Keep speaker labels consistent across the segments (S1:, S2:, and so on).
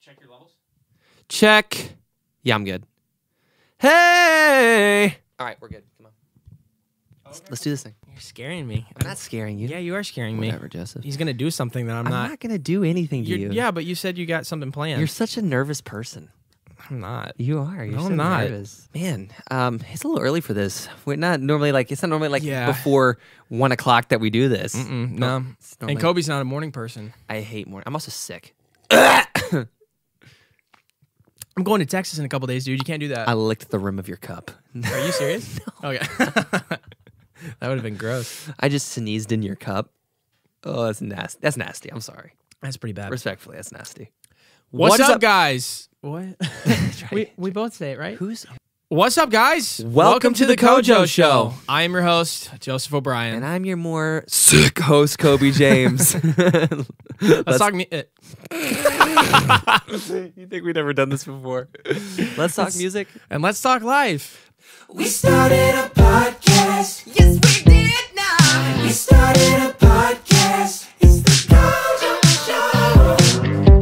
S1: check your levels?
S2: Check. Yeah, I'm good. Hey. All right, we're good. Come on. Let's, let's do this thing.
S3: You're scaring me.
S2: I'm not scaring you.
S3: Yeah, you are scaring me.
S2: Whatever, Joseph.
S3: He's gonna do something that I'm,
S2: I'm not, gonna do anything to
S3: You're-
S2: you.
S3: Yeah, but you said you got something planned.
S2: You're such a nervous person.
S3: I'm not.
S2: You are. You're
S3: No,
S2: so
S3: I'm not.
S2: nervous. Man, um, it's a little early for this. We're not normally like it's not normally like
S3: Yeah.
S2: before one o'clock that we do this.
S3: Mm, no.
S2: It's
S3: And
S2: normally-
S3: Kobe's not a morning person.
S2: I hate morning. I'm also sick.
S3: I'm going to Texas in a couple days, dude. You can't do that.
S2: I licked the rim of your cup.
S3: Are you serious? Okay. that would have been gross.
S2: I just sneezed in your cup. Oh, that's nasty. That's nasty. I'm sorry.
S3: That's pretty bad.
S2: Respectfully, that's nasty.
S3: What's
S2: What is
S3: up,
S2: up-
S3: guys? What?
S2: Try
S3: we
S2: again.
S3: we both say it, right?
S2: Who's
S3: What's up, guys? Welcome,
S2: to the Kojo Show.
S3: I am your host, Joseph O'Brien.
S2: and I'm your more sick host, Kobe James.
S3: Let's
S2: Let's-
S3: talk. mu- uh,
S2: you think we've never done this before? Let's talk music.
S3: and let's talk life.
S4: We started a podcast. Yes, we did now. We started a podcast. It's the Gojo Show.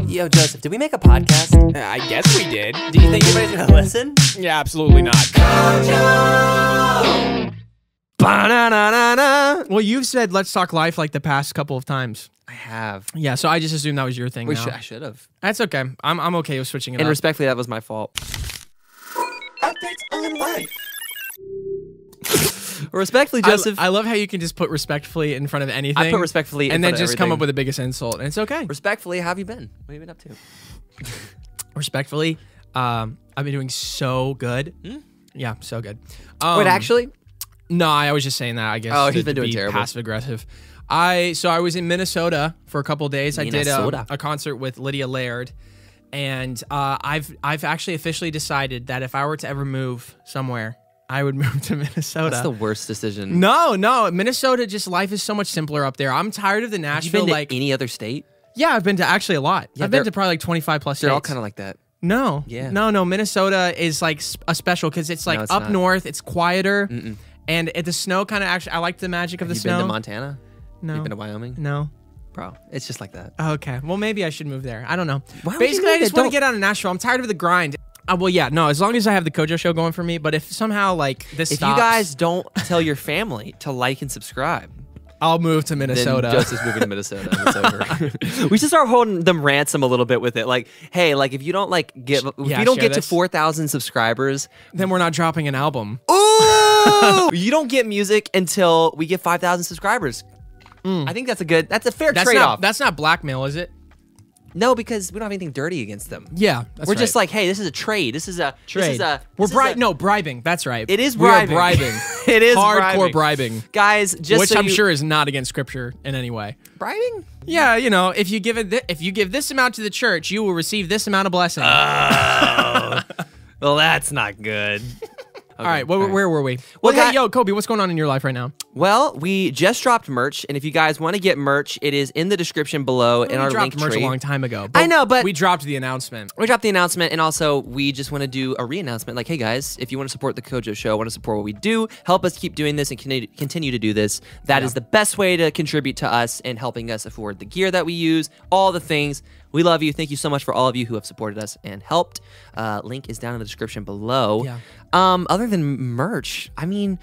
S2: Yo, Joseph, did we make a podcast?
S3: I guess we did.
S2: Do you think anybody's gonna listen?
S3: Yeah, absolutely not.
S4: Gojo.
S2: Ba-na-na-na-na.
S3: Well, you've said let's talk life like the past couple of times.
S2: I have.
S3: Yeah, so I just assumed that was your thing.
S2: We
S3: now.
S2: should, I should have.
S3: That's okay. I'm, I'm okay with switching it
S2: And
S3: up.
S2: respectfully, that was my fault.
S4: Updates on life.
S2: Respectfully,
S3: I-
S2: Joseph.
S3: I, love how you can just put respectfully in front of anything.
S2: I put respectfully in
S3: and then
S2: front of
S3: just come
S2: everything.
S3: up with the biggest insult, and it's okay.
S2: Respectfully, how have you been? What have you been up to?
S3: respectfully, um, I've been doing so good. Yeah, so good. Um,
S2: Hmm? Wait, actually,
S3: no, I was just saying that. I guess.
S2: Oh, he's
S3: to-
S2: been
S3: to
S2: doing
S3: be
S2: terrible.
S3: Passive aggressive. I so I was in Minnesota for a couple days. I did
S2: Minnesota.
S3: um, a, concert with Lydia Laird, and uh, I've I've actually officially decided that if I were to ever move somewhere, I would move to Minnesota.
S2: that's the worst decision.
S3: no, no, Minnesota. Just life is so much simpler up there. I'm tired of the
S2: You've
S3: Nashville.
S2: been to
S3: like,
S2: any other state?
S3: yeah, I've been to actually a lot. I've been
S2: they're-
S3: to probably like 25 plus.
S2: They're all
S3: states.
S2: kind of like that.
S3: No.
S2: Yeah.
S3: No, no. Minnesota is like s- a special because it's like
S2: it's
S3: up
S2: not.
S3: north. It's quieter, and it, the snow kind of actually. I like the magic of the
S2: You've
S3: snow.
S2: been to Montana?
S3: no.
S2: You've been to Wyoming?
S3: no.
S2: Bro, it's just like that.
S3: Okay. Well, maybe I should move there. I don't know.
S2: Why would you
S3: Basically,
S2: move
S3: I just
S2: there?
S3: want to
S2: Don't-
S3: get out of Nashville. I'm tired of the grind. Uh, well, yeah. No. As long as I have the Kojo show going for me, but if somehow like this
S2: If
S3: stops,
S2: you guys don't tell your family to like and subscribe,
S3: I'll move to
S2: then
S3: Minnesota.
S2: Joseph's moving to Minnesota. and It's over. we should start holding them ransom a little bit with it. Like, hey, like if you don't like get, if
S3: Yeah,
S2: you don't
S3: share
S2: get
S3: this.
S2: to four thousand subscribers,
S3: then we're not dropping an album.
S2: Oh, Ooh! you don't get music until we get 5,000 subscribers. I think that's a good, that's a fair
S3: Mm. That's
S2: trade
S3: not.
S2: off.
S3: That's not blackmail, is it?
S2: No, because we don't have anything dirty against them.
S3: Yeah. That's
S2: We're just
S3: right.
S2: like, hey, this is a trade. This is a This is
S3: trade.
S2: a,
S3: we're
S2: this is
S3: bri-
S2: a-
S3: No bribing. That's right.
S2: It is
S3: We are
S2: bribing.
S3: bribing.
S2: it is
S3: Hardcore bribing.
S2: Guys, just
S3: which
S2: so
S3: I'm
S2: you-
S3: sure is not against scripture in any way.
S2: bribing.
S3: Yeah, you know, if you give it, th- if you give this amount to the church, you will receive this amount of blessing.
S2: Well, that's not good.
S3: all right, wh- where were we? Well,
S2: Well,
S3: hey,
S2: guy-
S3: yo, Kobe, what's going on in your life right now?
S2: Well, we just dropped merch, and if you guys want to get merch, it is in the description below in
S3: We
S2: our
S3: dropped
S2: link
S3: merch
S2: tree.
S3: a long time ago.
S2: I know, but-
S3: we dropped the announcement.
S2: We dropped the announcement, and also we just want to do a re-announcement. Like, hey guys, if you want to support the Kojo Show, want to support what we do, help us keep doing this and con- continue to do this. That is the best way to contribute to us and helping us afford the gear that we use, all the things. We love you. Thank you so much for all of you who have supported us and helped. Uh, link is down in the description below.
S3: Yeah.
S2: Um, other than merch, I mean,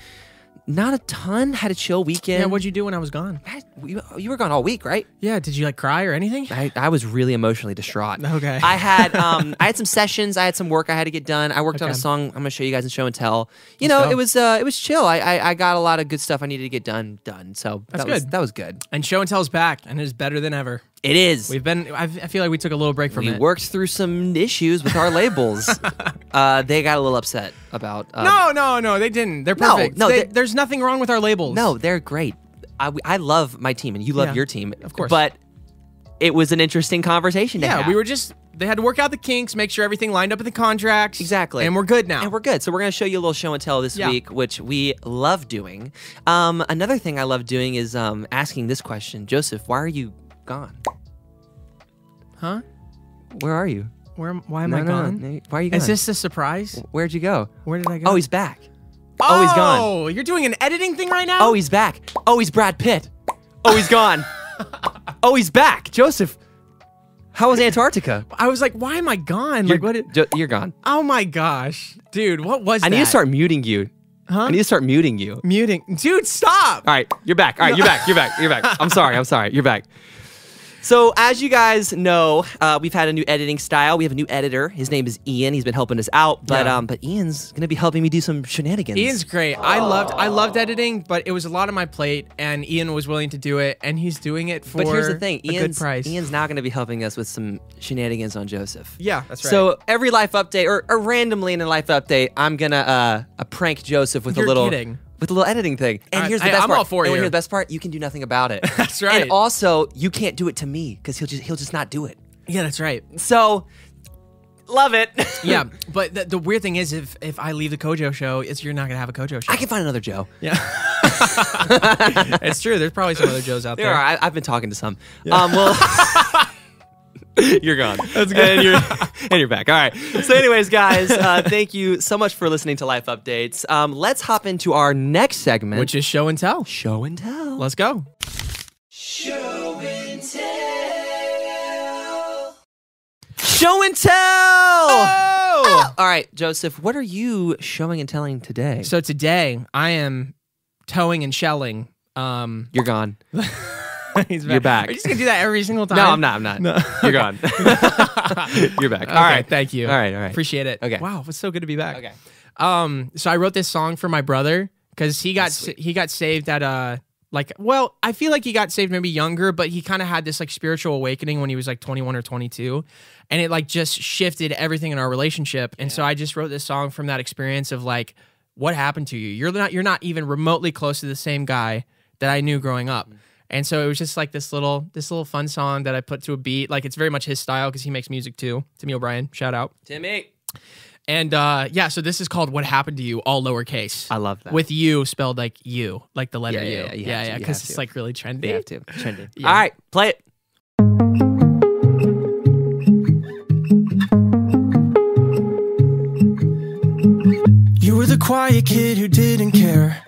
S2: not a ton. Had a chill weekend.
S3: Yeah, what'd you do when I was gone?
S2: you, you were gone all week, right?
S3: Yeah, did you like cry or anything?
S2: I, I was really emotionally distraught.
S3: Okay.
S2: I had um I had some sessions, I had some work I had to get done. I worked on a
S3: Okay.
S2: song I'm gonna show you guys in show and tell. You know,
S3: go.
S2: it was uh it was chill. I, I I got a lot of good stuff I needed to get done done. So
S3: That's
S2: that was
S3: good.
S2: that was good.
S3: And show and tell's back, and it is better than ever.
S2: It is.
S3: We've been. I've, I feel like we took a little break from
S2: we
S3: it.
S2: worked through some issues with our labels. uh they got a little upset about um,
S3: No, no, no, they didn't. They're
S2: No,
S3: perfect.
S2: no,
S3: They-
S2: they-
S3: there's nothing wrong with our labels.
S2: No, they're great. I, I love my team and you love
S3: Yeah,
S2: your team.
S3: of course.
S2: But it was an interesting conversation to
S3: Yeah,
S2: have.
S3: we were just. They had to work out the kinks, make sure everything lined up with the contracts.
S2: Exactly.
S3: And we're good now.
S2: And we're good. So we're going to show you a little show and tell this
S3: Yeah.
S2: week, which we love doing. Um, another thing I love doing is um, asking this question Joseph, why are you gone?
S3: huh?
S2: Where are you?
S3: Where? am- Why am
S2: No,
S3: I
S2: no, no,
S3: gone?
S2: no. Why are you gone?
S3: Is this a surprise?
S2: Where'd you go?
S3: Where did I go?
S2: Oh, he's back. Oh, he's gone.
S3: Oh, you're doing an editing thing right now?
S2: Oh, he's back. Oh, he's Brad Pitt. Oh, he's gone. oh, he's back. Joseph, How was Antarctica?
S3: I was like, why am I gone?
S2: You're,
S3: like, what? Did,
S2: ju- you're gone.
S3: oh my gosh, dude, what was
S2: I
S3: that?
S2: need to start muting you. Huh? I need to start muting you.
S3: muting, dude. Stop.
S2: All right, you're back. All right, you're back. You're back. You're back. I'm sorry. I'm sorry. You're back. So, as you guys know, uh, we've had a new editing style. We have a new editor. His name is Ian. He's been helping us out, but
S3: Yeah.
S2: um, but Ian's gonna be helping me do some shenanigans.
S3: Ian's great. I loved I loved editing, but it was a lot on my plate, and Ian was willing to do it, and he's doing it for
S2: but here's the thing,
S3: a
S2: Ian's,
S3: good price.
S2: Ian's now gonna be helping us with some shenanigans on Joseph.
S3: yeah, that's right.
S2: So every life update, or, or randomly in a life update, I'm gonna uh, a prank Joseph with
S3: You're
S2: a little
S3: kidding.
S2: with a little editing thing. And
S3: I-
S2: here's the
S3: I-
S2: best
S3: I'm
S2: part.
S3: all for
S2: and
S3: you.
S2: Here's the best part. You can do nothing about it.
S3: That's
S2: And
S3: right.
S2: also, you can't do it to me because he'll just he'll just not do it.
S3: yeah, that's right.
S2: So, love it.
S3: yeah, but the, the weird thing is, if if I leave the Kojo show, it's you're not gonna have a Kojo show.
S2: I can find another Joe.
S3: yeah, it's true. There's probably some other Joes out
S2: There
S3: there.
S2: are. I, I've been talking to some. Um, well, you're gone. That's good. And you're, and you're back. All right. So, anyways, guys, uh, thank you so much for listening to Life Updates. Um, let's hop into our next segment,
S3: Which is show and tell.
S2: show and tell.
S3: Let's go.
S4: Show and tell.
S2: Show and tell. Ah!
S3: Oh!
S2: All right, Joseph, what are you showing and telling today?
S3: So today I am towing and shelling. Um,
S2: you're gone.
S3: he's back.
S2: You're back.
S3: Are you just gonna do that every single time?
S2: No, I'm not. I'm not. You're gone. you're back.
S3: Okay,
S2: all right.
S3: thank you.
S2: All right. All right.
S3: Appreciate it.
S2: Okay.
S3: Wow, it's so good to be back.
S2: Okay.
S3: Um, so I wrote this song for my brother because he got
S2: That's sweet.
S3: he got saved at uh like well I feel like he got saved maybe younger but he kind of had this like spiritual awakening when he was like 21 or 22 and it like just shifted everything in our relationship and so I just wrote this song from that experience of like what happened to you you're not you're not even remotely close to the same guy that I knew growing up
S2: Mm-hmm.
S3: and so it was just like this little this little fun song that I put to a beat like it's very much his style because he makes music too Timmy O'Brien shout out
S2: Timmy.
S3: and uh, yeah, so this is called "What Happened to You," all lowercase.
S2: I love that.
S3: With you spelled like you, like the letter
S2: Yeah, yeah,
S3: U.
S2: yeah, you
S3: yeah,
S2: have to, you
S3: because
S2: have
S3: it's
S2: to.
S3: like really trendy.
S2: You have to. Trendy.
S3: Yeah.
S2: All right. Play it.
S1: You were the quiet kid who didn't care.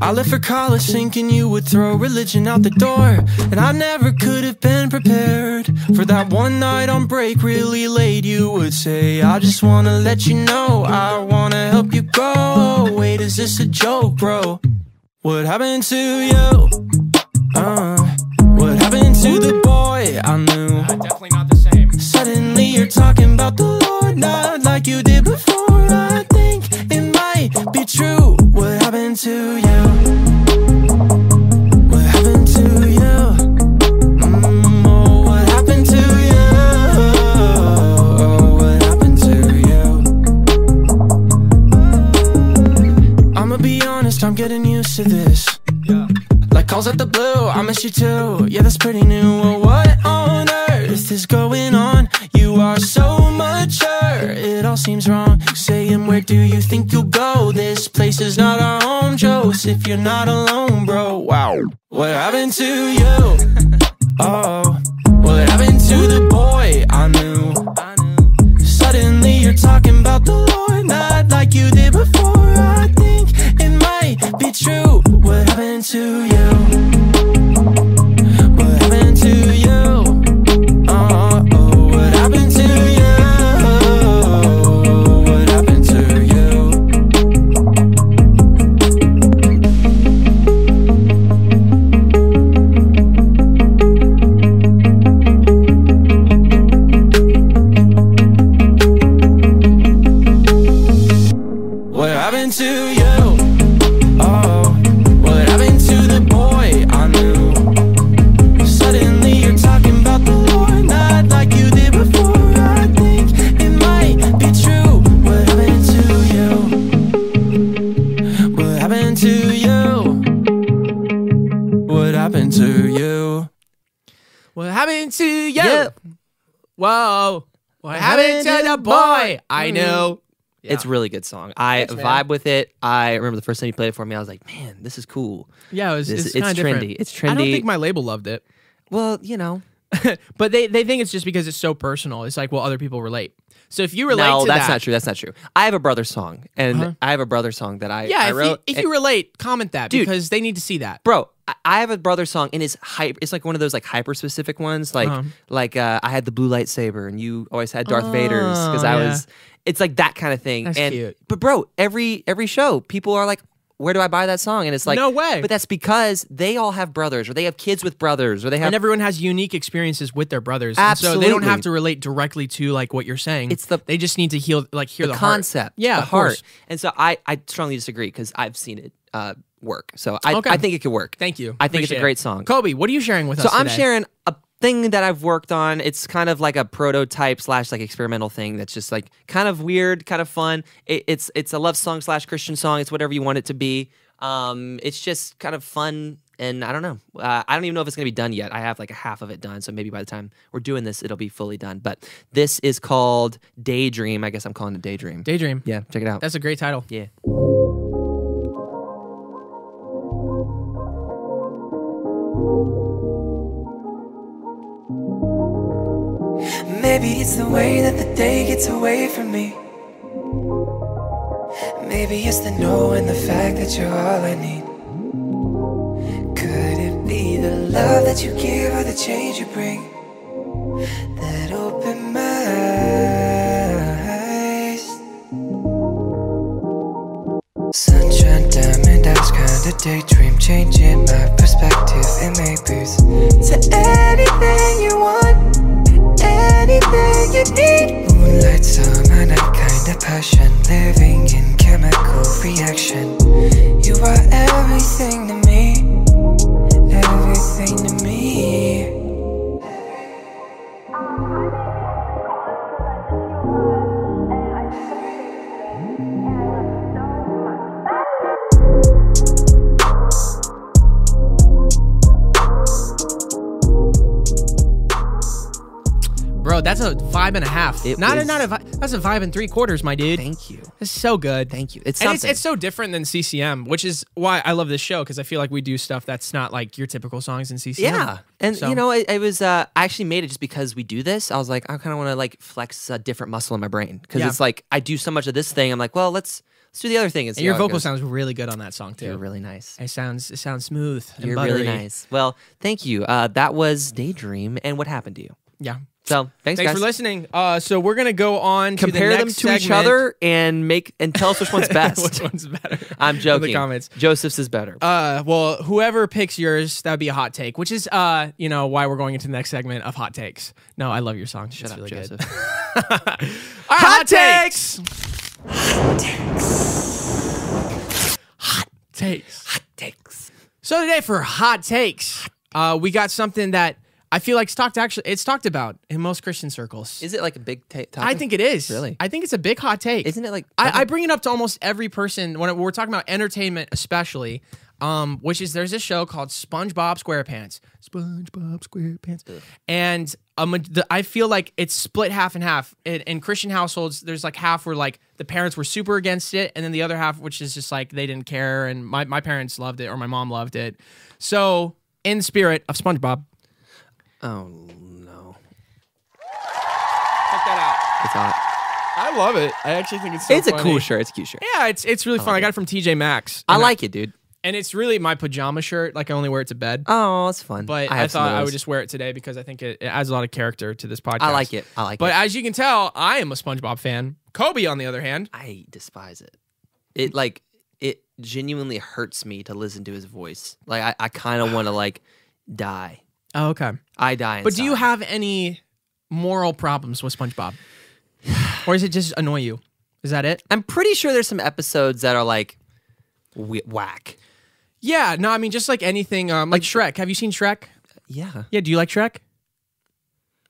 S1: I left for college thinking you would throw religion out the door. And I never could have been prepared for that one night on break, really late. You would say, I just wanna let you know, I wanna help you go. Wait, is this a joke, bro? What happened to you? Uh, what happened to the boy I knew?
S3: Definitely not the same.
S1: Suddenly you're talking about the Lord, not like you did before. I think it might be true. What happened to you? What happened to you? Mm, oh, what happened to you? Oh, what happened to you? I'ma be honest, I'm getting used to this. Like calls out the blue, I miss you too. Yeah, that's pretty new. Well, what on earth is going on? You are so mature, it all seems wrong. Saying, where do you think you'll go? This place is not our home, Joseph. You're not alone, bro. Wow. What happened to you? Oh, what happened to the boy I knew? I knew. Suddenly you're talking about the Lord, not like you did before. I think it might be true. What happened to you? What happened to you? Uh, oh, what happened to you? What happened to you? What happened to you? Oh, what happened to the boy I knew? Suddenly you're talking about the Lord, not like you did before. I think it might be true. What happened to you? What happened to you? What happened to you?
S3: What happened to you?
S2: Yeah.
S3: Whoa. What happened to the boy? I
S2: Mm.
S3: know.
S2: It's a really good song. I vibe with it. I remember the first time you played it for me, I was like, man, this is cool.
S3: Yeah, it was,
S2: This-
S3: it's,
S2: it's
S3: kinda different.
S2: trendy. It's
S3: I don't
S2: trendy.
S3: think my label loved it,
S2: Well, you know,
S3: but they they think it's just because it's so personal. It's like, well, other people relate. So if you relate
S2: no,
S3: to
S2: that's
S3: that, Uh-huh.
S2: not true. That's not true. I have a brother song, and I have a brother song that I
S3: Yeah,
S2: I
S3: if,
S2: wrote.
S3: you, if
S2: and-
S3: you relate, comment that
S2: Dude.
S3: because they need to see that.
S2: bro, I- I- I have a brother song and it's hype. It's like one of those like hyper specific ones. Like
S3: Uh-huh.
S2: like uh, I had the blue lightsaber and you always had Darth Vader's because I
S3: Oh, yeah.
S2: was. It's like that kind of thing.
S3: That's
S2: and
S3: cute.
S2: but bro, every every show people are like. Where do I buy that song? And it's like
S3: No way.
S2: But that's because they all have brothers, or they have kids with brothers, or they have
S3: and everyone has unique experiences with their brothers. and so they don't have
S2: Absolutely.
S3: to relate directly to like what you're saying.
S2: It's the-
S3: they just need to heal like hear the,
S2: the
S3: heart.
S2: concept,
S3: Yeah,
S2: the
S3: of course.
S2: heart. And so I, I strongly disagree because I've seen it uh, work. So I,
S3: Okay.
S2: I think it could work.
S3: Thank you.
S2: I think it's a
S3: Appreciate
S2: great
S3: it.
S2: song.
S3: Kobe, what are you sharing with
S2: so
S3: us?
S2: I'm
S3: today?
S2: sharing a thing that I've worked on. It's kind of like a prototype slash like experimental thing that's just like kind of weird, kind of fun. It, it's it's a love song slash Christian song. It's whatever you want it to be. Um, it's just kind of fun. And I don't know. Uh, I don't even know if it's gonna be done yet. I have like a half of it done, so maybe by the time we're doing this, it'll be fully done. But this is called Daydream. I guess I'm calling it Daydream.
S3: Daydream.
S2: Yeah, check it out.
S3: That's a great title.
S2: yeah.
S4: Maybe it's the way that the day gets away from me. Maybe it's the know and the fact that you're all I need. Could it be the love that you give or the change you bring that open my eyes? Sunshine, diamond eyes, kinda daydream, changing my perspective. It may be to anything you want anything you need. Moonlight summer night kind of passion, living in chemical reaction. You are everything to me, everything to me.
S3: Bro, that's a vibe and a half.
S2: It
S3: not a
S2: was-
S3: not a vibe. That's a vibe and three quarters, my dude.
S2: Thank you.
S3: It's so good.
S2: Thank you. It's
S3: and it's,
S2: something.
S3: it's so different than CCM, which is why I love this show because I feel like we do stuff that's not like your typical songs in CCM.
S2: Yeah. And
S3: So-
S2: you know, it, it was uh, I actually made it just because we do this. I was like, I kind of want to like flex a different muscle in my brain because
S3: Yeah.
S2: it's like I do so much of this thing. I'm like, well, let's let's do the other thing. And, see
S3: and your
S2: how it
S3: vocal
S2: goes.
S3: sounds really good on that song too.
S2: You're really nice.
S3: it sounds it sounds smooth. and
S2: You're really
S3: buttery.
S2: nice. Well, thank you. Uh, that was Daydream and What Happened to You.
S3: Yeah.
S2: So thanks,
S3: Thanks
S2: guys.
S3: for listening. Uh, so we're gonna go on
S2: Compare
S3: to the
S2: them to
S3: next
S2: each
S3: segment.
S2: other and make and tell us which one's best.
S3: Which one's better?
S2: I'm
S3: In
S2: joking.
S3: the comments.
S2: Joseph's is better.
S3: Uh, well, whoever picks yours, that'd be a hot take, which is uh, you know, why we're going into the next segment of hot takes. No, I love your song. Shut
S2: Shut up,
S3: really
S2: Joseph.
S3: Good. All right, hot, takes. Hot takes. Hot takes. So today for hot takes, uh, we got something that I feel like it's talked actually it's talked about in most Christian circles.
S2: Is it like a big ta- topic?
S3: I think it is.
S2: Really?
S3: I think it's a big hot take.
S2: Isn't it like
S3: I, I bring it up to almost every person when we're talking about entertainment, especially, um, which is there's a show called SpongeBob SquarePants. SpongeBob SquarePants, and um, the, I feel like it's split half and half. In, in Christian households, there's like half where like the parents were super against it, and then the other half which is just like they didn't care, and my my parents loved it or my mom loved it. So in spirit of SpongeBob,
S2: Oh no.
S3: check that out.
S2: It's hot.
S3: I love it. I actually think so
S2: It's a cool shirt. It's a cute shirt.
S3: Yeah, it's it's really fun. I got it from TJ Maxx.
S2: I
S3: And
S2: like it, dude.
S3: and it's really my pajama shirt. Like I only wear it to bed,
S2: Oh, it's fun.
S3: but
S2: have
S3: I,
S2: some of
S3: thought I
S2: those.
S3: would just wear it today because I think it, it adds a lot of character to this podcast.
S2: I like it. I like
S3: But
S2: it.
S3: as you can tell, I am a SpongeBob fan. Kobe, on the other hand,
S2: I despise it. It like it genuinely hurts me to listen to his voice. Like I, I kind of want to like die.
S3: oh, okay.
S2: I die. Inside.
S3: But do you have any moral problems with SpongeBob, or is it just annoy you? Is that it?
S2: I'm pretty sure there's some episodes that are like wh- whack.
S3: Yeah. No, I mean just like anything, um, like Shrek. Have you seen Shrek?
S2: Yeah.
S3: Yeah. Do you like Shrek?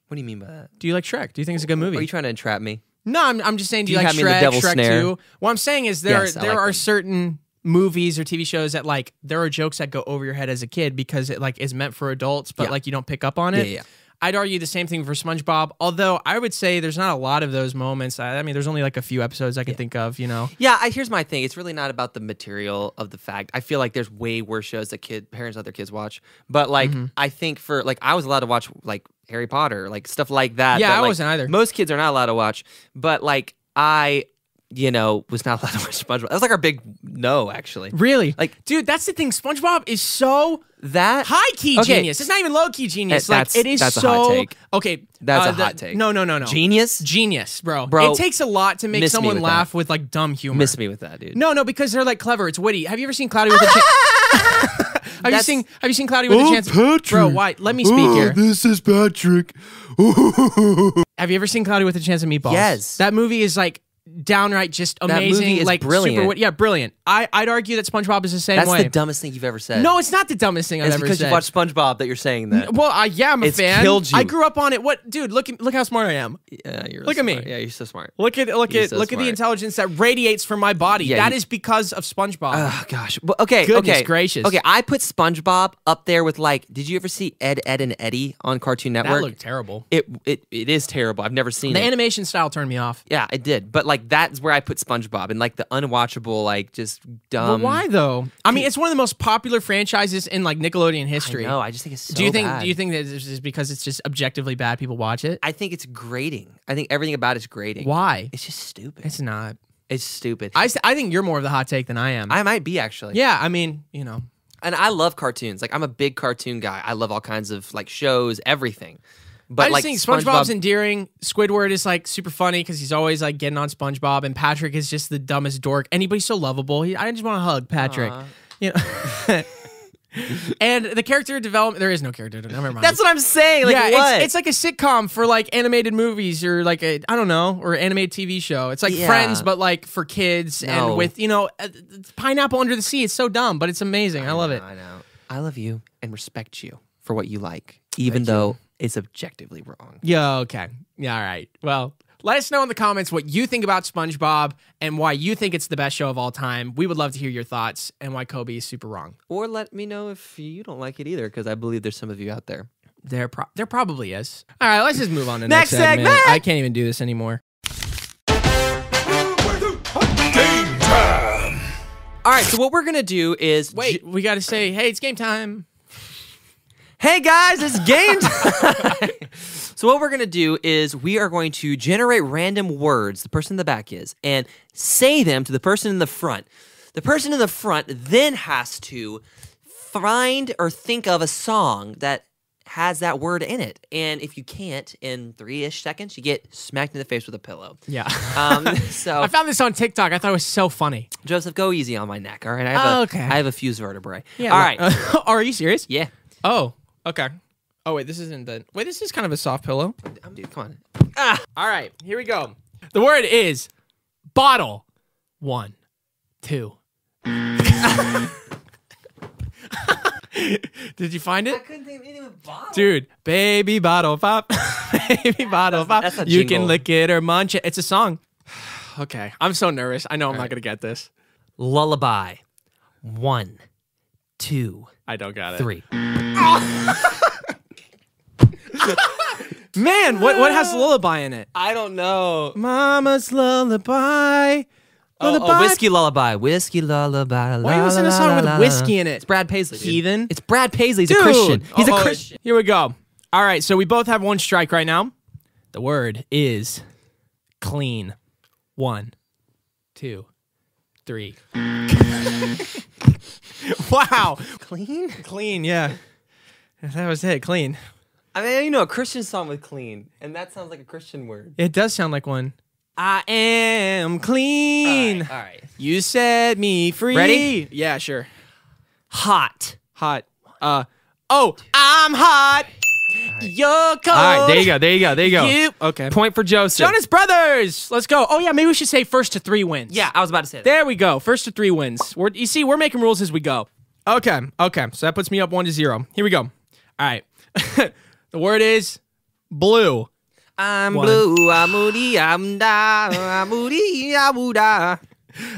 S2: What do you mean by that?
S3: Do you like Shrek? Do you think it's a good movie?
S2: Are you trying to entrap me?
S3: No, I'm, I'm just saying, do
S2: You
S3: you, like
S2: had me in the
S3: Shrek,
S2: devil's
S3: Shrek
S2: snare.
S3: 2? What I'm saying is there,
S2: Yes, I
S3: there
S2: like
S3: are
S2: them.
S3: certain movies or TV shows that like, there are jokes that go over your head as a kid because it like is meant for adults, but
S2: Yeah.
S3: like you don't pick up on it.
S2: Yeah, yeah.
S3: I'd argue the same thing for SpongeBob, although I would say there's not a lot of those moments. I, I mean, there's only like a few episodes I can think of, you know?
S2: Yeah, I, here's my thing. It's really not about the material of the fact. I feel like there's way worse shows that kid parents let their kids watch. But like,
S3: Mm-hmm.
S2: I think for like, I was allowed to watch like Harry Potter, like stuff like that.
S3: Yeah,
S2: that,
S3: I
S2: like,
S3: wasn't either.
S2: Most kids are not allowed to watch. But like, I, you know, was not allowed to watch SpongeBob. That was like our big no, actually.
S3: Really?
S2: Like-
S3: Like, dude, that's the thing. SpongeBob is so
S2: that
S3: High key
S2: Okay.
S3: genius. It's not even low key genius.
S2: Eh,
S3: like
S2: that's-
S3: it is
S2: that's a
S3: so
S2: hot take.
S3: okay. uh,
S2: That's a
S3: the-
S2: hot take.
S3: No, no, no, no.
S2: Genius?
S3: genius, bro.
S2: Bro,
S3: it takes a lot to make
S2: miss me
S3: someone
S2: with
S3: laugh with like dumb humor.
S2: miss me with that, dude.
S3: No, no, because they're like clever. It's witty. Have you ever seen Cloudy with a Chance? have you
S2: That's- Oh,
S3: seen Have you seen Cloudy with a Chance? Bro, why? Let me speak here.
S5: This is Patrick.
S3: Have you ever seen Cloudy with a Chance of Meatballs?
S2: Yes.
S3: That movie is like downright just
S2: movie
S3: amazing.
S2: is
S3: like
S2: brilliant.
S3: Super, wit- yeah, brilliant. I I'd argue that SpongeBob is the same
S2: That's
S3: way.
S2: the dumbest thing you've ever said.
S3: no, it's not the dumbest thing I've
S2: it's
S3: ever
S2: because
S3: said.
S2: you watched SpongeBob that you're saying that.
S3: well, I yeah, I'm a
S2: It's
S3: fan.
S2: killed you.
S3: I grew up on it. What, dude? Look, look how smart I am.
S2: Yeah, you're
S3: Look at me.
S2: smart. Yeah, you're so smart.
S3: Look at look
S2: You're
S3: at
S2: so
S3: look at
S2: smart.
S3: the intelligence that radiates from my body.
S2: Yeah,
S3: That is
S2: you-
S3: because of SpongeBob.
S2: Oh gosh. Well, okay.
S3: Goodness
S2: okay.
S3: gracious.
S2: Okay, I put SpongeBob up there with like. Did you ever see Ed, Ed and Eddie on Cartoon
S3: that
S2: Network?
S3: looked terrible.
S2: it it it is terrible. I've never seen
S3: The
S2: it.
S3: animation style turned me off.
S2: yeah, it did. But like that's where I put SpongeBob and like the unwatchable, like just
S3: But
S2: dumb.
S3: why though? I mean, it's one of the most popular franchises in like Nickelodeon history.
S2: No, I just think it's. So
S3: do you think?
S2: bad.
S3: Do you think that this is because it's just objectively bad? People watch it.
S2: I think it's grating. I think everything about it's grating.
S3: Why?
S2: It's just stupid. It's,
S3: It's not.
S2: stupid.
S3: I, s- I think you're more of the hot take than I am.
S2: I might be actually.
S3: yeah, I mean, you know,
S2: And I love cartoons. Like I'm a big cartoon guy. I love all kinds of like shows, everything.
S3: I
S2: But
S3: just
S2: like
S3: think SpongeBob's endearing. Squidward is like super funny because he's always like getting on SpongeBob, and Patrick is just the dumbest dork. And he's so lovable. He, I just want to hug Patrick. You know. and the character development. There is no character. development. Never mind.
S2: That's what I'm saying. Like
S3: yeah,
S2: what?
S3: It's, it's like a sitcom for like animated movies or like a I don't know or animated TV show. It's like
S2: Yeah.
S3: Friends, but like for kids
S2: No.
S3: and with you know uh, Pineapple Under the Sea. It's so dumb, but it's amazing. I, love it.
S2: I know. I love you and respect you for what you like, even though it's objectively wrong.
S3: Yeah. Okay. Yeah. All right. Well. Let us know in the comments what you think about SpongeBob and why you think it's the best show of all time. We would love to hear your thoughts and why Kobe is super wrong.
S2: Or let me know if you don't like it either, because I believe there's some of you out there.
S3: There, pro- there probably is. All right, let's just move on to
S2: Next
S3: next,
S2: segment!
S3: I can't even do this anymore.
S2: All right, so what we're gonna do is
S3: Wait, we got to say, hey, it's game time.
S2: Hey guys, it's game time. so what we're gonna do is we are going to generate random words. The person in the back is, and say them to the person in the front. The person in the front then has to find or think of a song that has that word in it. And if you can't in three ish seconds, you get smacked in the face with a pillow.
S3: Yeah.
S2: Um, so
S3: I found this on TikTok. I thought it was so funny.
S2: Joseph, go easy on my neck. All right, I have a,
S3: Okay.
S2: I have a fused vertebrae. all right,
S3: Are you serious?
S2: yeah,
S3: Oh, okay. Oh, wait, this isn't the. Wait, this is kind of a soft pillow. Ah.
S2: dude, come on.
S3: All right, here we go. The word is bottle. One, two. Did you find it?
S2: couldn't think of anything with bottle.
S3: Dude, baby bottle pop. baby bottle pop.
S2: that's a
S3: you
S2: jingle.
S3: can lick it or munch it. It's a song. okay. I'm so nervous. I know I'm not going to get this.
S2: Lullaby. One, two,
S3: I don't got it.
S2: three.
S3: Man, what, what has lullaby in it?
S2: I don't know.
S3: Mama's lullaby.
S2: Oh,
S3: Lullaby.
S2: oh, whiskey lullaby. Whiskey lullaby.
S3: Why are you listening to a song with whiskey in it?
S2: It's Brad Paisley. dude.
S3: Heathen.
S2: It's Brad Paisley. He's a
S3: Dude.
S2: Christian. He's
S3: Uh-oh.
S2: a Christian.
S3: Here we go. All right, so we both have one strike right now. The word is clean. One, two, three. wow.
S2: Clean?
S3: Clean, yeah. That was it, clean.
S2: I mean, you know, a Christian song with clean, and that sounds like a Christian word.
S3: It does sound like one. I am clean.
S2: All right.
S3: You set me free.
S2: Ready?
S3: Yeah, sure.
S2: Hot.
S3: Hot. Uh oh, I'm hot. You're cold.
S5: All right, there you go. There you go. There you go.
S3: You- okay.
S5: Point for Joseph.
S3: Jonas Brothers. Let's go. Oh yeah, maybe we should say first to three wins.
S2: Yeah, I was about to say that.
S3: There we go. First to three wins. We're, you see, we're making rules as we go. Okay. Okay. So that puts me up one to zero. Here we go. All right. the word is blue.
S2: I'm blue, I'm moody, I'm da, I'm moody, I'm ooh da.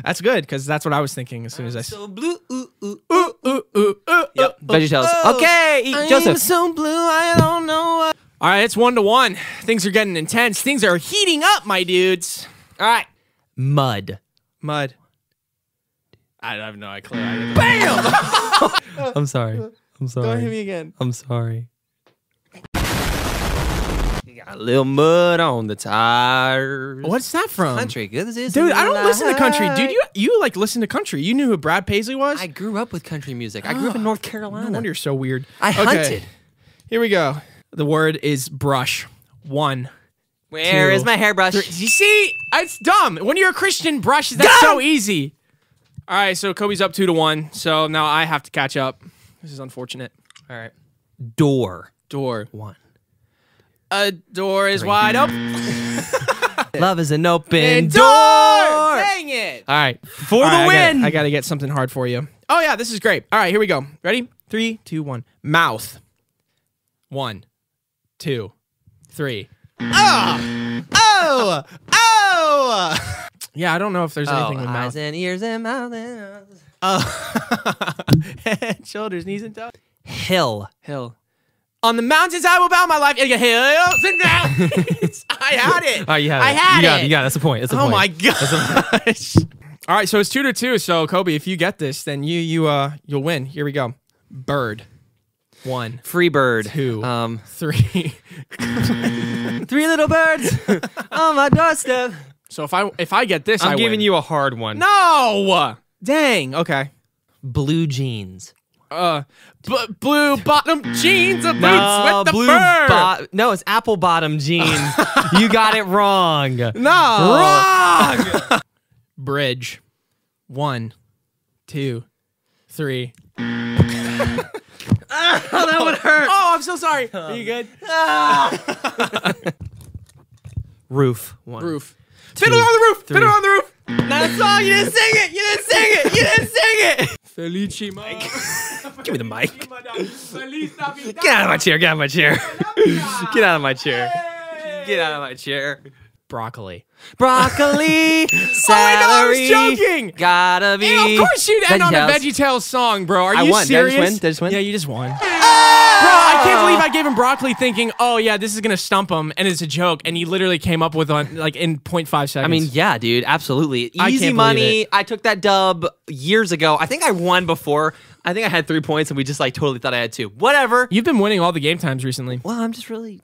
S3: That's good because that's what I was thinking as soon as I.
S2: So blue, ooh, ooh, oh,
S3: Ooh, ooh, ooh, ooh,
S2: Yep, VeggieTales.
S3: Oh,
S2: okay, eat- Joseph.
S3: so blue, I don't know. What- All right, it's one to one. Things are getting intense. Things are heating up, my dudes. All right,
S2: Mud.
S3: mud. I have no clue.
S2: I'm sorry. I'm sorry.
S3: again.
S2: I'm sorry. Got a little mud on the tires.
S3: What's that from?
S2: country? This is
S3: Dude, I don't listen to country. Dude,
S2: life.
S3: you you like listen to country. You knew who Brad Paisley was?
S2: I grew up with country music. I grew up in North Carolina.
S3: no wonder you're so weird.
S2: I
S3: Okay,
S2: hunted.
S3: Here we go. The word is brush. One.
S2: Where
S3: Two.
S2: is my hairbrush?
S3: Three- You see, it's dumb. When you're a Christian, brush that's so easy. All right, so Kobe's up two to one. So now I have to catch up. This is unfortunate. All right,
S2: Door.
S3: door.
S2: One.
S3: A door is wide open.
S2: Love is an open
S3: door.
S2: door.
S3: Dang it! All right,
S2: For
S3: All right,
S2: the
S3: I gotta-
S2: win.
S3: I gotta get something hard for you. Oh yeah, this is great. All right, here we go. Ready? Three, two, one. Mouth. One, two, three.
S5: Ah!
S3: Oh, oh, oh! Yeah, I don't know if there's
S5: Oh,
S3: anything with mouth.
S2: Oh, eyes and ears and mouth and eyes.
S3: Head, shoulders, knees, and toes.
S2: Hill.
S3: Hill. On the mountains, I will bow my life. Yeah, hills and mountains. I had it.
S5: Oh, you have
S3: I
S5: it.
S3: had
S5: you Got
S3: it.
S5: it. You got it. That's the point. That's the
S3: Oh
S5: point.
S3: my gosh! All right, so it's two to two. So Kobe, if you get this, then you you uh you'll win. Here we go. Bird, one,
S2: Free bird.
S3: Two.
S2: Um,
S3: three.
S2: three little birds on my doorstep.
S3: So if I if I get this,
S5: I'm
S3: I
S5: giving
S3: win.
S5: you a hard one.
S3: no. Dang. Okay.
S2: Blue jeans.
S3: Uh, b- blue bottom jeans, of boots
S2: No,
S3: with the
S2: Uh, blue
S3: bird.
S2: bo- no, it's apple bottom jeans. you got it wrong.
S3: no.
S2: Wrong.
S3: Bridge. One, two, three.
S2: Oh, that would hurt.
S3: Oh, I'm so sorry.
S5: Um,
S3: Are you good?
S2: Roof. One.
S3: Roof. Fiddler on the roof. Fiddler on the roof.
S2: That song. You didn't sing it. You didn't sing it. You didn't sing it.
S3: Felici Mike.
S5: Give me the mic. Get out of my chair. Get out of my chair. Get out of my chair. Get out of my chair.
S3: Broccoli.
S2: Broccoli.
S3: Oh, I was
S2: Celery.
S3: joking.
S2: Gotta be.
S3: And of course you'd end on a
S2: VeggieTales.
S3: Veggie Tales song, bro. Are
S2: I
S3: you
S2: won. Did I
S3: serious?
S2: just win? Did I just win? Ah!
S3: Yeah, you just won. Bro, I can't believe I gave him broccoli thinking, oh yeah, this is gonna stump him and it's a joke. And he literally came up with one like in 0.5 seconds.
S2: I mean, yeah, dude, absolutely.
S3: I
S2: Easy
S3: can't believe
S2: money.
S3: it.
S2: I took that dub years ago. I think I won before. I think I had three points, and we just like totally thought I had two. Whatever.
S3: You've been winning all the game times recently.
S2: Well, I'm just really.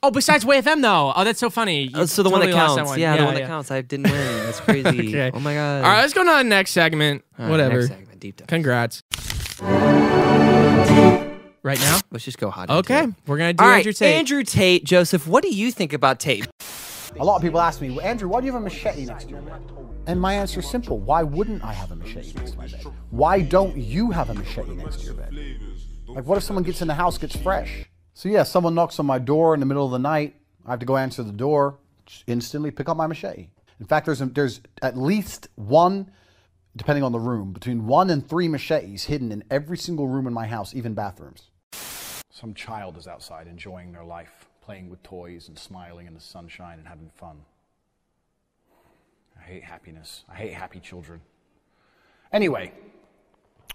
S3: Oh, besides WayFM though. Oh, that's so funny. You
S2: Oh, so the one that
S3: totally lost
S2: counts. yeah, the one that
S3: yeah.
S2: counts. I didn't win. That's crazy.
S3: Okay.
S2: Oh my god.
S3: All right, let's go to the next segment.
S2: All right,
S3: Whatever.
S2: next segment, deep dive.
S3: Congrats. Right now?
S2: Let's just go hot. into
S3: Okay.
S2: it.
S3: We're gonna do
S2: All right,
S3: Andrew Tate.
S2: Andrew Tate, Joseph, what do you think about Tate?
S6: A lot of people ask me, well, Andrew, why do you have a machete next to your bed? And my answer is simple. Why wouldn't I have a machete next to my bed? Why don't you have a machete next to your bed? Like, what if someone gets in the house, gets fresh? So, yeah, someone knocks on my door in the middle of the night. I have to go answer the door, just instantly pick up my machete. In fact, there's, there's at least one, depending on the room, between one and three machetes hidden in every single room in my house, even bathrooms. Some child is outside enjoying their life, playing with toys and smiling in the sunshine and having fun. I hate happiness. I hate happy children. Anyway,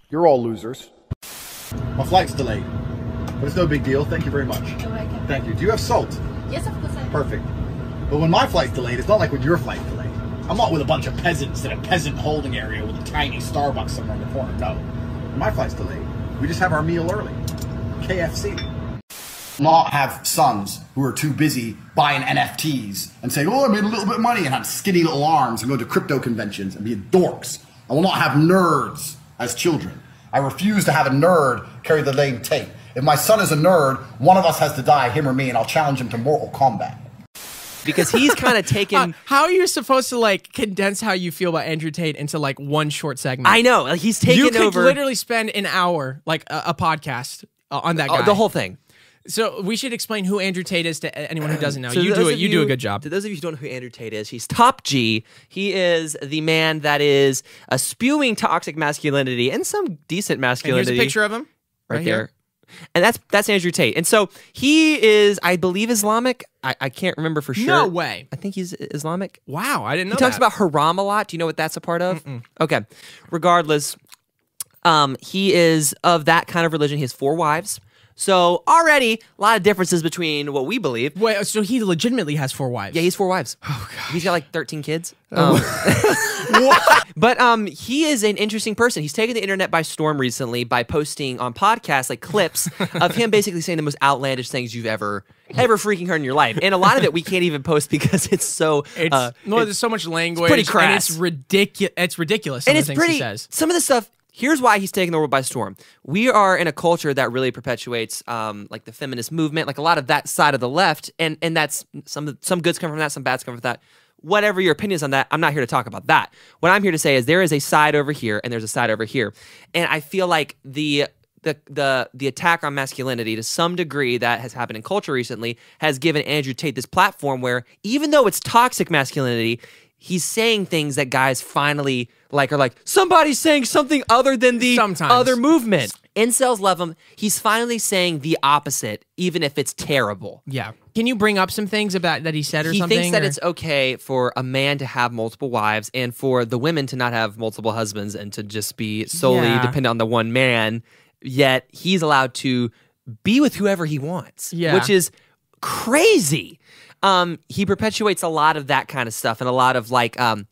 S6: you're all losers. My flight's delayed, but it's no big deal. Thank you very much. Thank you. Do you have salt?
S7: Yes, of course I have.
S6: Perfect. But when my flight's delayed, it's not like when your flight's delayed. I'm not with a bunch of peasants in a peasant holding area with a tiny Starbucks somewhere in the corner. No. When my flight's delayed, we just have our meal early. KFC not have sons who are too busy buying NFTs and saying, "Oh, I made a little bit of money and have skinny little arms and go to crypto conventions and be dorks." I will not have nerds as children. I refuse to have a nerd carry the lame tape. If my son is a nerd, one of us has to die, him or me, and I'll challenge him to Mortal Kombat.
S2: Because he's kind of taken.
S3: Uh, How are you supposed to like condense how you feel about Andrew Tate into like one short segment?
S2: I know, like he's taken
S3: you could
S2: over
S3: literally spend an hour like a, a podcast uh, on that guy.
S2: oh, the whole thing.
S3: So we should explain who Andrew Tate is to a- anyone who doesn't know.
S2: So
S3: you
S2: to
S3: do
S2: those
S3: it.
S2: of
S3: You, do a good job.
S2: To those of you who don't know who Andrew Tate is, he's top G. He is the man that is uh, spewing toxic masculinity and some decent
S3: And here's
S2: masculinity.
S3: a picture of him
S2: right, there. And that's that's Andrew Tate. And so he is, I believe, Islamic. I, I can't remember for sure.
S3: No way.
S2: I think he's Islamic.
S3: Wow, I didn't know.
S2: He talks
S3: that.
S2: about haram a lot. Do you know what that's a part of? Okay. Regardless, um, he is of that kind of religion. He has four wives. So already a lot of differences between what we believe.
S3: Wait, so he legitimately has four wives.
S2: Yeah, he's four wives. Oh god. He's got like 13 kids.
S3: Oh.
S2: Um, but um he is an interesting person. He's taken the internet by storm recently by posting on podcasts like clips of him basically saying the most outlandish things you've ever ever freaking heard in your life. And a lot of it we can't even post because it's so
S3: It's,
S2: uh,
S3: no, there's so much language.
S2: pretty
S3: And
S2: crass.
S3: it's ridiculous. It's ridiculous. Some
S2: and
S3: of
S2: it's
S3: the things
S2: pretty
S3: He says.
S2: some of the stuff here's why he's taking the world by storm we are in a culture that really perpetuates um, like the feminist movement like a lot of that side of the left and and that's some some goods come from that some bads come from that whatever your opinions on that i'm not here to talk about that what i'm here to say is there is a side over here and there's a side over here and i feel like the the, the the attack on masculinity to some degree that has happened in culture recently has given Andrew Tate this platform where even though it's toxic masculinity, he's saying things that guys finally like are like somebody's saying something other than the
S3: Sometimes.
S2: other movement. Incels love him. He's finally saying the opposite, even if it's terrible.
S3: Yeah. Can you bring up some things about that he said or
S2: He
S3: something?
S2: thinks that
S3: or-
S2: it's okay for a man to have multiple wives and for the women to not have multiple husbands and to just be solely
S3: Yeah.
S2: dependent on the one man. Yet he's allowed to be with whoever he wants,
S3: Yeah.
S2: which is crazy. Um, he perpetuates a lot of that kind of stuff and a lot of like um,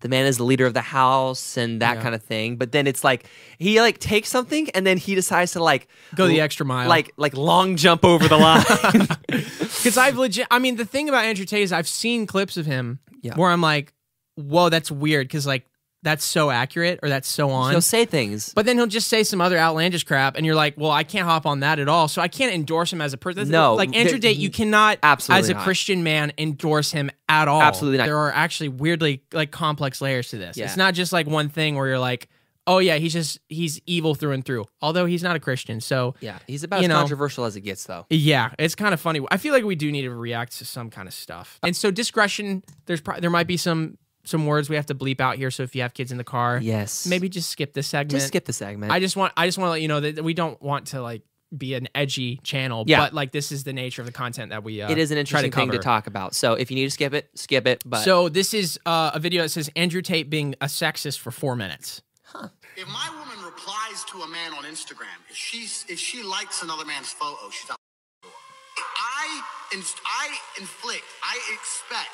S2: the man is the leader of the house and that kind of thing. But then it's like he like takes something and then he decides to like
S3: Go the extra mile.
S2: like like long jump over the line.
S3: Because I've legit, I mean, the thing about Andrew Tate is I've seen clips of him
S2: Yeah.
S3: where I'm like, whoa, that's weird. Because, like, that's so accurate or that's so on.
S2: He'll say things.
S3: but then he'll just say some other outlandish crap, and you're like, well, I can't hop on that at all. So I can't endorse him as a person.
S2: No,
S3: Like, Andrew
S2: there-
S3: Tate, you cannot,
S2: Absolutely
S3: as a
S2: not.
S3: Christian man, endorse him at all.
S2: Absolutely not.
S3: There are actually weirdly, like, complex layers to this.
S2: Yeah.
S3: It's not just like one thing where you're like, oh, yeah, he's just, he's evil through and through. Although he's not a Christian. So,
S2: Yeah, he's about
S3: you
S2: as
S3: know.
S2: controversial as it gets, though.
S3: Yeah, it's kind of funny. I feel like we do need to react to some kind of stuff. And so discretion, there's pro- there might be some some words we have to bleep out here. So if you have kids in the car,
S2: Yes.
S3: maybe just skip this segment.
S2: just skip the segment.
S3: I just want I just want to let you know that we don't want to like be an edgy channel.
S2: Yeah.
S3: But like this is the nature of the content that we. Uh,
S2: it is an
S3: try
S2: interesting thing to
S3: cover.
S2: talk about. So if you need to skip it, skip it. But
S3: So this is uh, a video that says Andrew Tate being a sexist for four minutes.
S7: If my woman replies to a man on Instagram, if she's if she likes another man's photo, she's out. the door. I inst- I inflict, I expect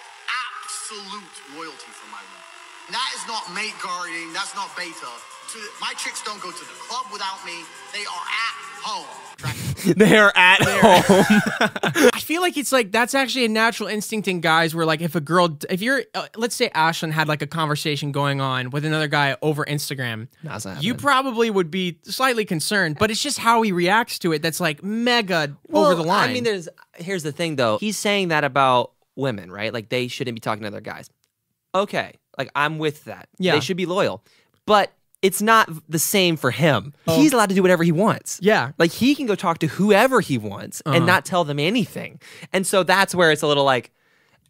S7: absolute loyalty from my woman. That is not mate guarding. That's not beta. To, my chicks don't go to the club without me. They are at home.
S2: they're at home.
S3: I feel like it's like that's actually a natural instinct in guys where like if a girl if you're uh, let's say Ashlyn had like a conversation going on with another guy over Instagram,
S2: it's not
S3: you
S2: happening.
S3: probably would be slightly concerned, but it's just how he reacts to it that's like mega over the line.
S2: I mean, there's here's the thing though. He's saying that about women, right? Like they shouldn't be talking to other guys. Okay, like I'm with that.
S3: Yeah.
S2: they should be loyal, but it's not the same for him.
S3: Oh.
S2: He's allowed to do whatever he wants.
S3: Yeah.
S2: like he can go talk to whoever he wants
S3: Uh-huh.
S2: and not tell them anything. And so that's where it's a little like,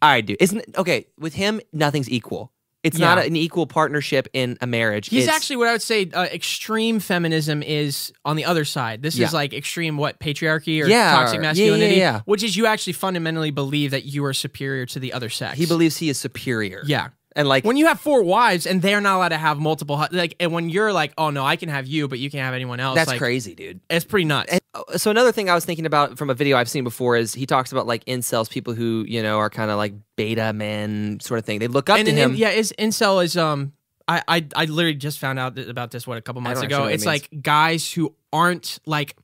S2: all right, dude, isn't okay with him? Nothing's equal. It's not
S3: Yeah.
S2: an equal partnership in a marriage.
S3: He's
S2: It's-
S3: actually what I would say uh, extreme feminism is on the other side. This
S2: Yeah.
S3: is like extreme what patriarchy or
S2: Yeah,
S3: toxic
S2: or- yeah, yeah,
S3: masculinity,
S2: yeah.
S3: which is you actually fundamentally believe that you are superior to the other sex.
S2: he believes he is superior.
S3: Yeah.
S2: and like
S3: when you have four wives and they're not allowed to have multiple hu- like and when you're like oh no i can have you but you can't have anyone else
S2: that's
S3: like,
S2: crazy, dude. Oh,
S3: it's pretty nuts
S2: so another thing I was thinking about from a video I've seen before is he talks about like incels, people who you know are kind of like beta men sort of thing. They look up
S3: and,
S2: to
S3: and,
S2: him.
S3: and yeah is incel is um I, I i literally just found out th- about this what a couple months
S2: don't actually know
S3: ago
S2: what it
S3: it's
S2: means.
S3: like guys who aren't like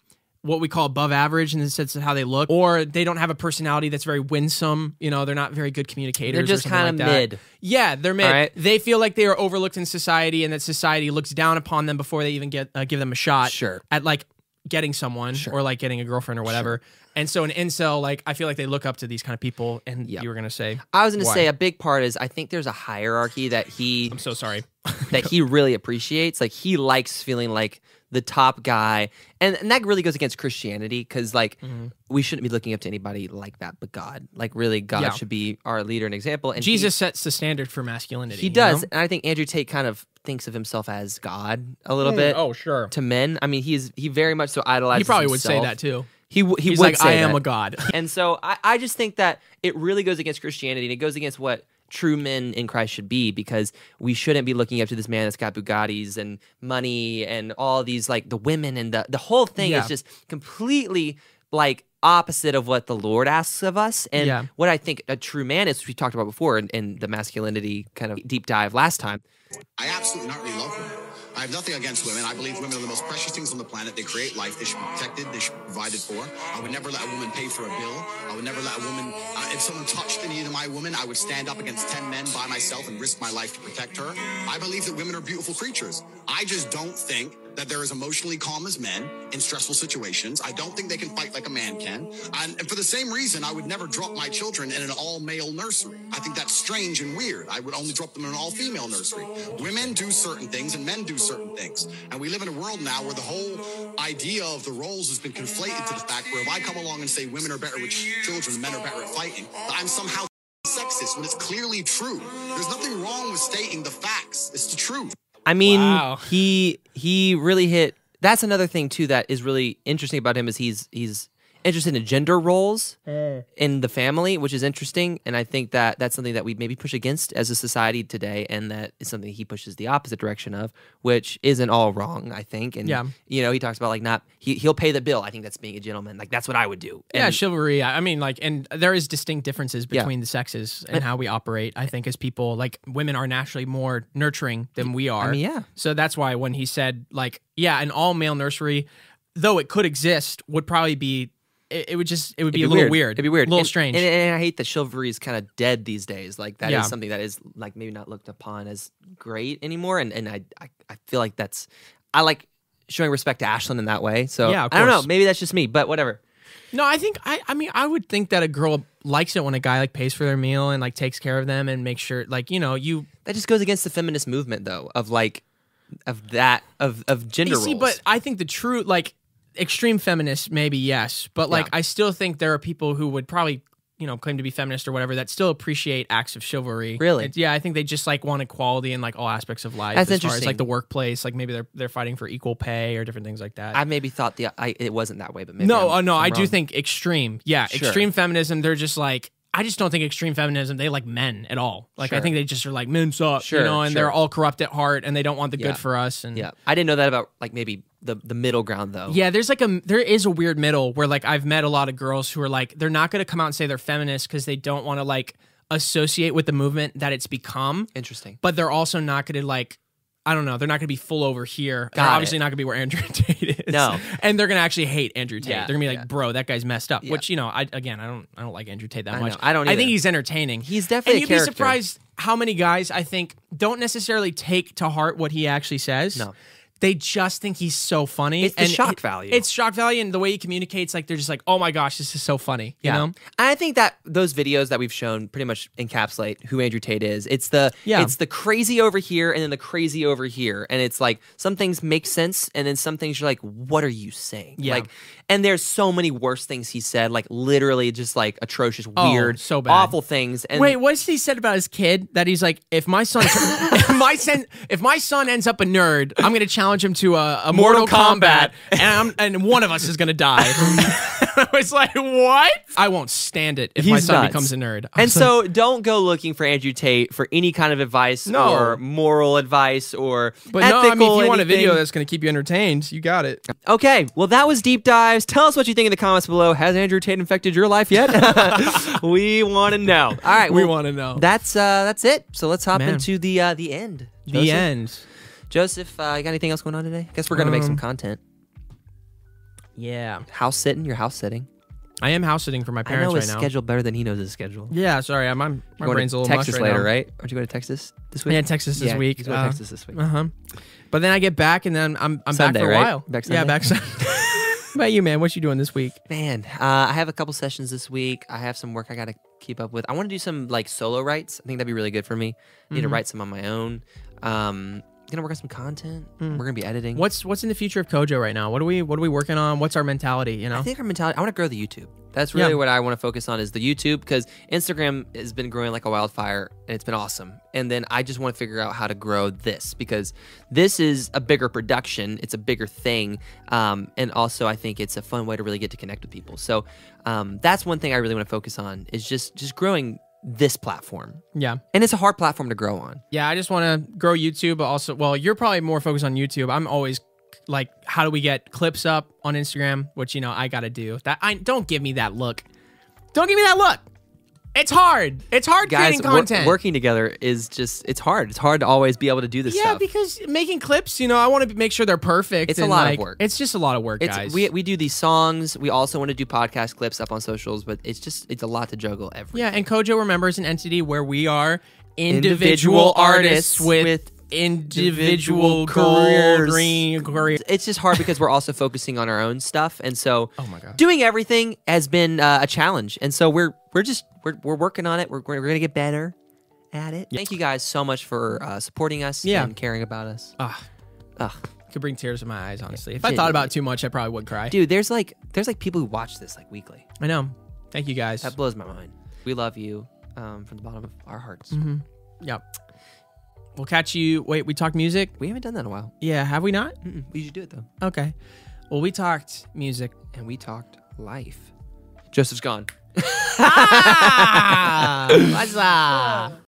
S3: what we call above average in the sense of how they look or they don't have a personality that's very winsome you know they're not very good communicators
S2: They're just
S3: kind of
S2: kinda mid.
S3: yeah they're mid
S2: Alright.
S3: they feel like they are overlooked in society and that society looks down upon them before they even get uh, give them a shot
S2: Sure.
S3: at like getting someone or like getting a girlfriend or whatever and so an incel like i feel like they look up to these kind of people and
S2: Yeah.
S3: you were gonna say
S2: I was going to
S3: why?
S2: say a big part is I think there's a hierarchy that he
S3: i'm so sorry
S2: that he really appreciates. Like he likes feeling like the top guy, and, and that really goes against Christianity because like
S3: Mm-hmm.
S2: we shouldn't be looking up to anybody like that, but God. Like really, God
S3: Yeah.
S2: should be our leader and example. And he-
S3: Jesus sets the standard for masculinity.
S2: he,
S3: you
S2: does,
S3: know?
S2: and I think Andrew Tate kind of thinks of himself as God a little bit.
S3: Oh, sure.
S2: to men. I mean, he's he very much so idolizes.
S3: He probably would say
S2: himself.
S3: that too.
S2: He w- he
S3: He's
S2: would
S3: like,
S2: say
S3: I am
S2: that.
S3: a god.
S2: And so I, I just think that it really goes against Christianity and it goes against what true men in Christ should be because we shouldn't be looking up to this man that's got Bugattis and money and all these like the women and the the whole thing
S3: Yeah.
S2: is just completely like opposite of what the Lord asks of us. And
S3: Yeah.
S2: what I think a true man is which we talked about before in, in the masculinity kind of deep dive last time.
S7: I absolutely not really love women. I have nothing against women. I believe women are the most precious things on the planet. They create life. They should be protected. They should be provided for. I would never let a woman pay for a bill. I would never let a woman. Uh, if someone touched any of my women, I would stand up against ten men by myself and risk my life to protect her. I believe that women are beautiful creatures. I just don't think that they're as emotionally calm as men in stressful situations. I don't think they can fight like a man can. And and for the same reason, I would never drop my children in an all male nursery. I think that's strange and weird. I would only drop them in an all female nursery. Women do certain things and men do certain things. And we live in a world now where the whole idea of the roles has been conflated to the fact where if I come along and say women are better with children, men are better at fighting, that I'm somehow sexist when it's clearly true. There's nothing wrong with stating the facts, it's the truth.
S2: I mean,
S3: Wow.
S2: he he really hit. That's another thing too that is really interesting about him is he's he's interested in gender roles in the family, which is interesting, and I think that that's something that we maybe push against as a society today, and that is something he pushes the opposite direction of, which isn't all wrong, I think. And
S3: Yeah.
S2: you know, he talks about like not he he'll pay the bill. I think that's being a gentleman. Like that's what I would do.
S3: Yeah,
S2: And-
S3: chivalry. I I mean, like, and there is distinct differences
S2: Yeah.
S3: between the sexes and how we operate. I think as people, like, women are naturally more nurturing than we are.
S2: mean, yeah.
S3: So that's why when he said, like, yeah, an all male nursery, though it could exist, would probably be, it, it would just, it would be,
S2: It'd
S3: a little weird.
S2: It'd be
S3: A
S2: weird.
S3: little
S2: And-
S3: strange.
S2: And, and I hate that chivalry is kind of dead these days. Like that is
S3: Yeah.
S2: something that is like maybe not looked upon as great anymore. And and I I, I feel like that's I like showing respect to Ashlyn in that way. So
S3: Yeah, of
S2: I don't know.
S3: course.
S2: Maybe that's just me, but whatever.
S3: No, I think I I mean I would think that a girl likes it when a guy like pays for their meal and like takes care of them and makes sure like you know you
S2: That just goes against the feminist movement though of like of that of of gender
S3: You see,
S2: roles.
S3: but I think the true like extreme feminists maybe yes, but like
S2: Yeah.
S3: I still think there are people who would probably you know claim to be feminist or whatever that still appreciate acts of chivalry.
S2: Really?
S3: It's- yeah, I think they just like want equality in like all aspects of life.
S2: That's
S3: as Far as,
S2: interesting.
S3: like the workplace, like maybe they're they're fighting for equal pay or different things like that.
S2: I maybe thought the I it wasn't that way, but maybe
S3: no,
S2: i
S3: oh no,
S2: i
S3: I do think extreme. Yeah,
S2: Sure.
S3: extreme feminism. They're just like I just don't think extreme feminism. They like men at all. Like I
S2: Sure.
S3: think they just are like men suck,
S2: Sure,
S3: you know, and
S2: sure.
S3: they're all corrupt at heart and they don't want the
S2: Yeah.
S3: good for us. And
S2: Yeah, I didn't know that about like maybe the the middle ground though.
S3: Yeah, there's like a there is a weird middle where like I've met a lot of girls who are like they're not going to come out and say they're feminist because they don't want to like associate with the movement that it's become,
S2: interesting.
S3: but they're also not going to like I don't know, they're not going to be full over here.
S2: Got
S3: they're
S2: it.
S3: obviously not going to be where Andrew Tate is.
S2: No.
S3: and they're going to actually hate Andrew Tate.
S2: Yeah,
S3: they're going to be like,
S2: yeah.
S3: bro, that guy's messed up.
S2: Yeah.
S3: Which you know, I again, I don't I don't like Andrew Tate that
S2: I
S3: much.
S2: know. I don't
S3: I
S2: either.
S3: think he's entertaining.
S2: He's definitely
S3: And
S2: a
S3: you'd
S2: character.
S3: be surprised how many guys I think don't necessarily take to heart what he actually says.
S2: No.
S3: They just think he's so funny.
S2: It's the shock value.
S3: It's shock value, and the way he communicates, like they're just like, "Oh my gosh, this is so funny." You know,
S2: I think that those videos that we've shown pretty much encapsulate who Andrew Tate is. It's the
S3: Yeah.
S2: it's the crazy over here and then the crazy over here. And it's like some things make sense and then some things you're like, what are you saying?
S3: Yeah.
S2: Like and there's so many worse things he said, like literally just like atrocious,
S3: Oh,
S2: weird,
S3: so bad.
S2: awful things. And
S3: Wait, what's he said about his kid? That he's like, if my son, if my son, if my son ends up a nerd, I'm gonna challenge him to a, a Mortal,
S2: Mortal Kombat.
S3: Kombat, and I'm, and one of us is gonna die. I was like, what? I won't stand it if my
S2: He's
S3: son
S2: nuts.
S3: becomes a nerd. I
S2: And
S3: was like,
S2: so don't go looking for Andrew Tate for any kind of advice
S3: No.
S2: or moral advice or
S3: but
S2: ethical
S3: no, I mean, if you want a
S2: anything.
S3: video that's gonna keep you entertained, you got it.
S2: Okay, well, that was deep dives. Tell us what you think in the comments below. Has Andrew Tate infected your life yet? we want to know. All right,
S3: We
S2: well,
S3: want to know
S2: That's uh, that's it. So let's hop
S3: Man.
S2: into the uh, the end.
S3: the end.
S2: Joseph, uh, you got anything else going on today? Guess we're gonna make
S3: Um,
S2: some content.
S3: Yeah,
S2: House sitting, your house sitting.
S3: I am house sitting for my
S2: I know
S3: parents right
S2: his
S3: now.
S2: schedule better than he knows his schedule.
S3: Yeah, sorry, I'm, I'm my
S2: Going
S3: brain's a
S2: to
S3: little
S2: Texas
S3: mush
S2: later,
S3: now.
S2: right? Aren't you going to Texas this week?
S3: Yeah, Texas this
S2: Yeah,
S3: week.
S2: He's going to
S3: Uh,
S2: Texas this week.
S3: Uh huh. But then I get back, and then I'm I'm
S2: Sunday,
S3: back for a
S2: right?
S3: while.
S2: Back
S3: yeah,
S2: Sunday?
S3: back. Sunday. What about you, man? What you doing this week?
S2: Man, uh, I have a couple sessions this week. I have some work I gotta keep up with. I want to do some like solo writes. I think that'd be really good for me. I need to write some on my own. Um, gonna work on some content. We're gonna be editing.
S3: What's what's in the future of Kojo right now? What are we what are we working on? What's our mentality? You know,
S2: I think our mentality. I want to grow the YouTube. That's really
S3: Yeah.
S2: what I want to focus on is the YouTube because Instagram has been growing like a wildfire and it's been awesome. And then I just want to figure out how to grow this because this is a bigger production. It's a bigger thing, um, and also I think it's a fun way to really get to connect with people. So um, that's one thing I really want to focus on is just just growing this platform.
S3: yeah,
S2: And it's a hard platform to grow on.
S3: yeah. I just want to grow YouTube, but also, well, you're probably more focused on YouTube. I'm always like, how do we get clips up on Instagram? Which you know I got to do. That I don't give me that look. Don't give me that look. It's hard. It's hard
S2: Guys,
S3: creating
S2: wor-
S3: content.
S2: working together is just it's hard. It's hard to always be able to do this
S3: yeah,
S2: stuff.
S3: because making clips, you know, I want to make sure they're perfect.
S2: It's a
S3: and,
S2: lot of
S3: like,
S2: work.
S3: It's just a lot of work,
S2: It's
S3: guys.
S2: we we do these songs. We also want to do podcast clips up on socials, but it's just it's a lot to juggle every.
S3: Yeah, and Kojo remember is an entity where we are individual,
S2: Individual
S3: artists,
S2: artists
S3: with,
S2: with
S3: individual,
S2: individual
S3: careers.
S2: careers.
S3: Green, career.
S2: It's just hard because we're also focusing on our own stuff, and so oh
S3: my God.
S2: doing everything has been uh, a challenge. And so we're we're just we're, we're working on it. We're we're gonna get better at it. Thank you guys so much for uh, supporting us
S3: Yeah.
S2: and caring about us.
S3: Ah.
S2: Ugh.
S3: Could bring tears to my eyes, honestly. If I thought about it too much, I probably would cry.
S2: dude, there's like there's like people who watch this like weekly.
S3: I know. Thank you guys.
S2: That blows my mind. We love you um, from the bottom of our hearts.
S3: Mm-hmm. Yep. We'll catch you. Wait, we talked music?
S2: We haven't done that in a while.
S3: Yeah, have we not?
S2: Mm-mm, we should do it though.
S3: Okay. Well, we talked music.
S2: and we talked life. Joseph's gone.
S3: Ah, what's up?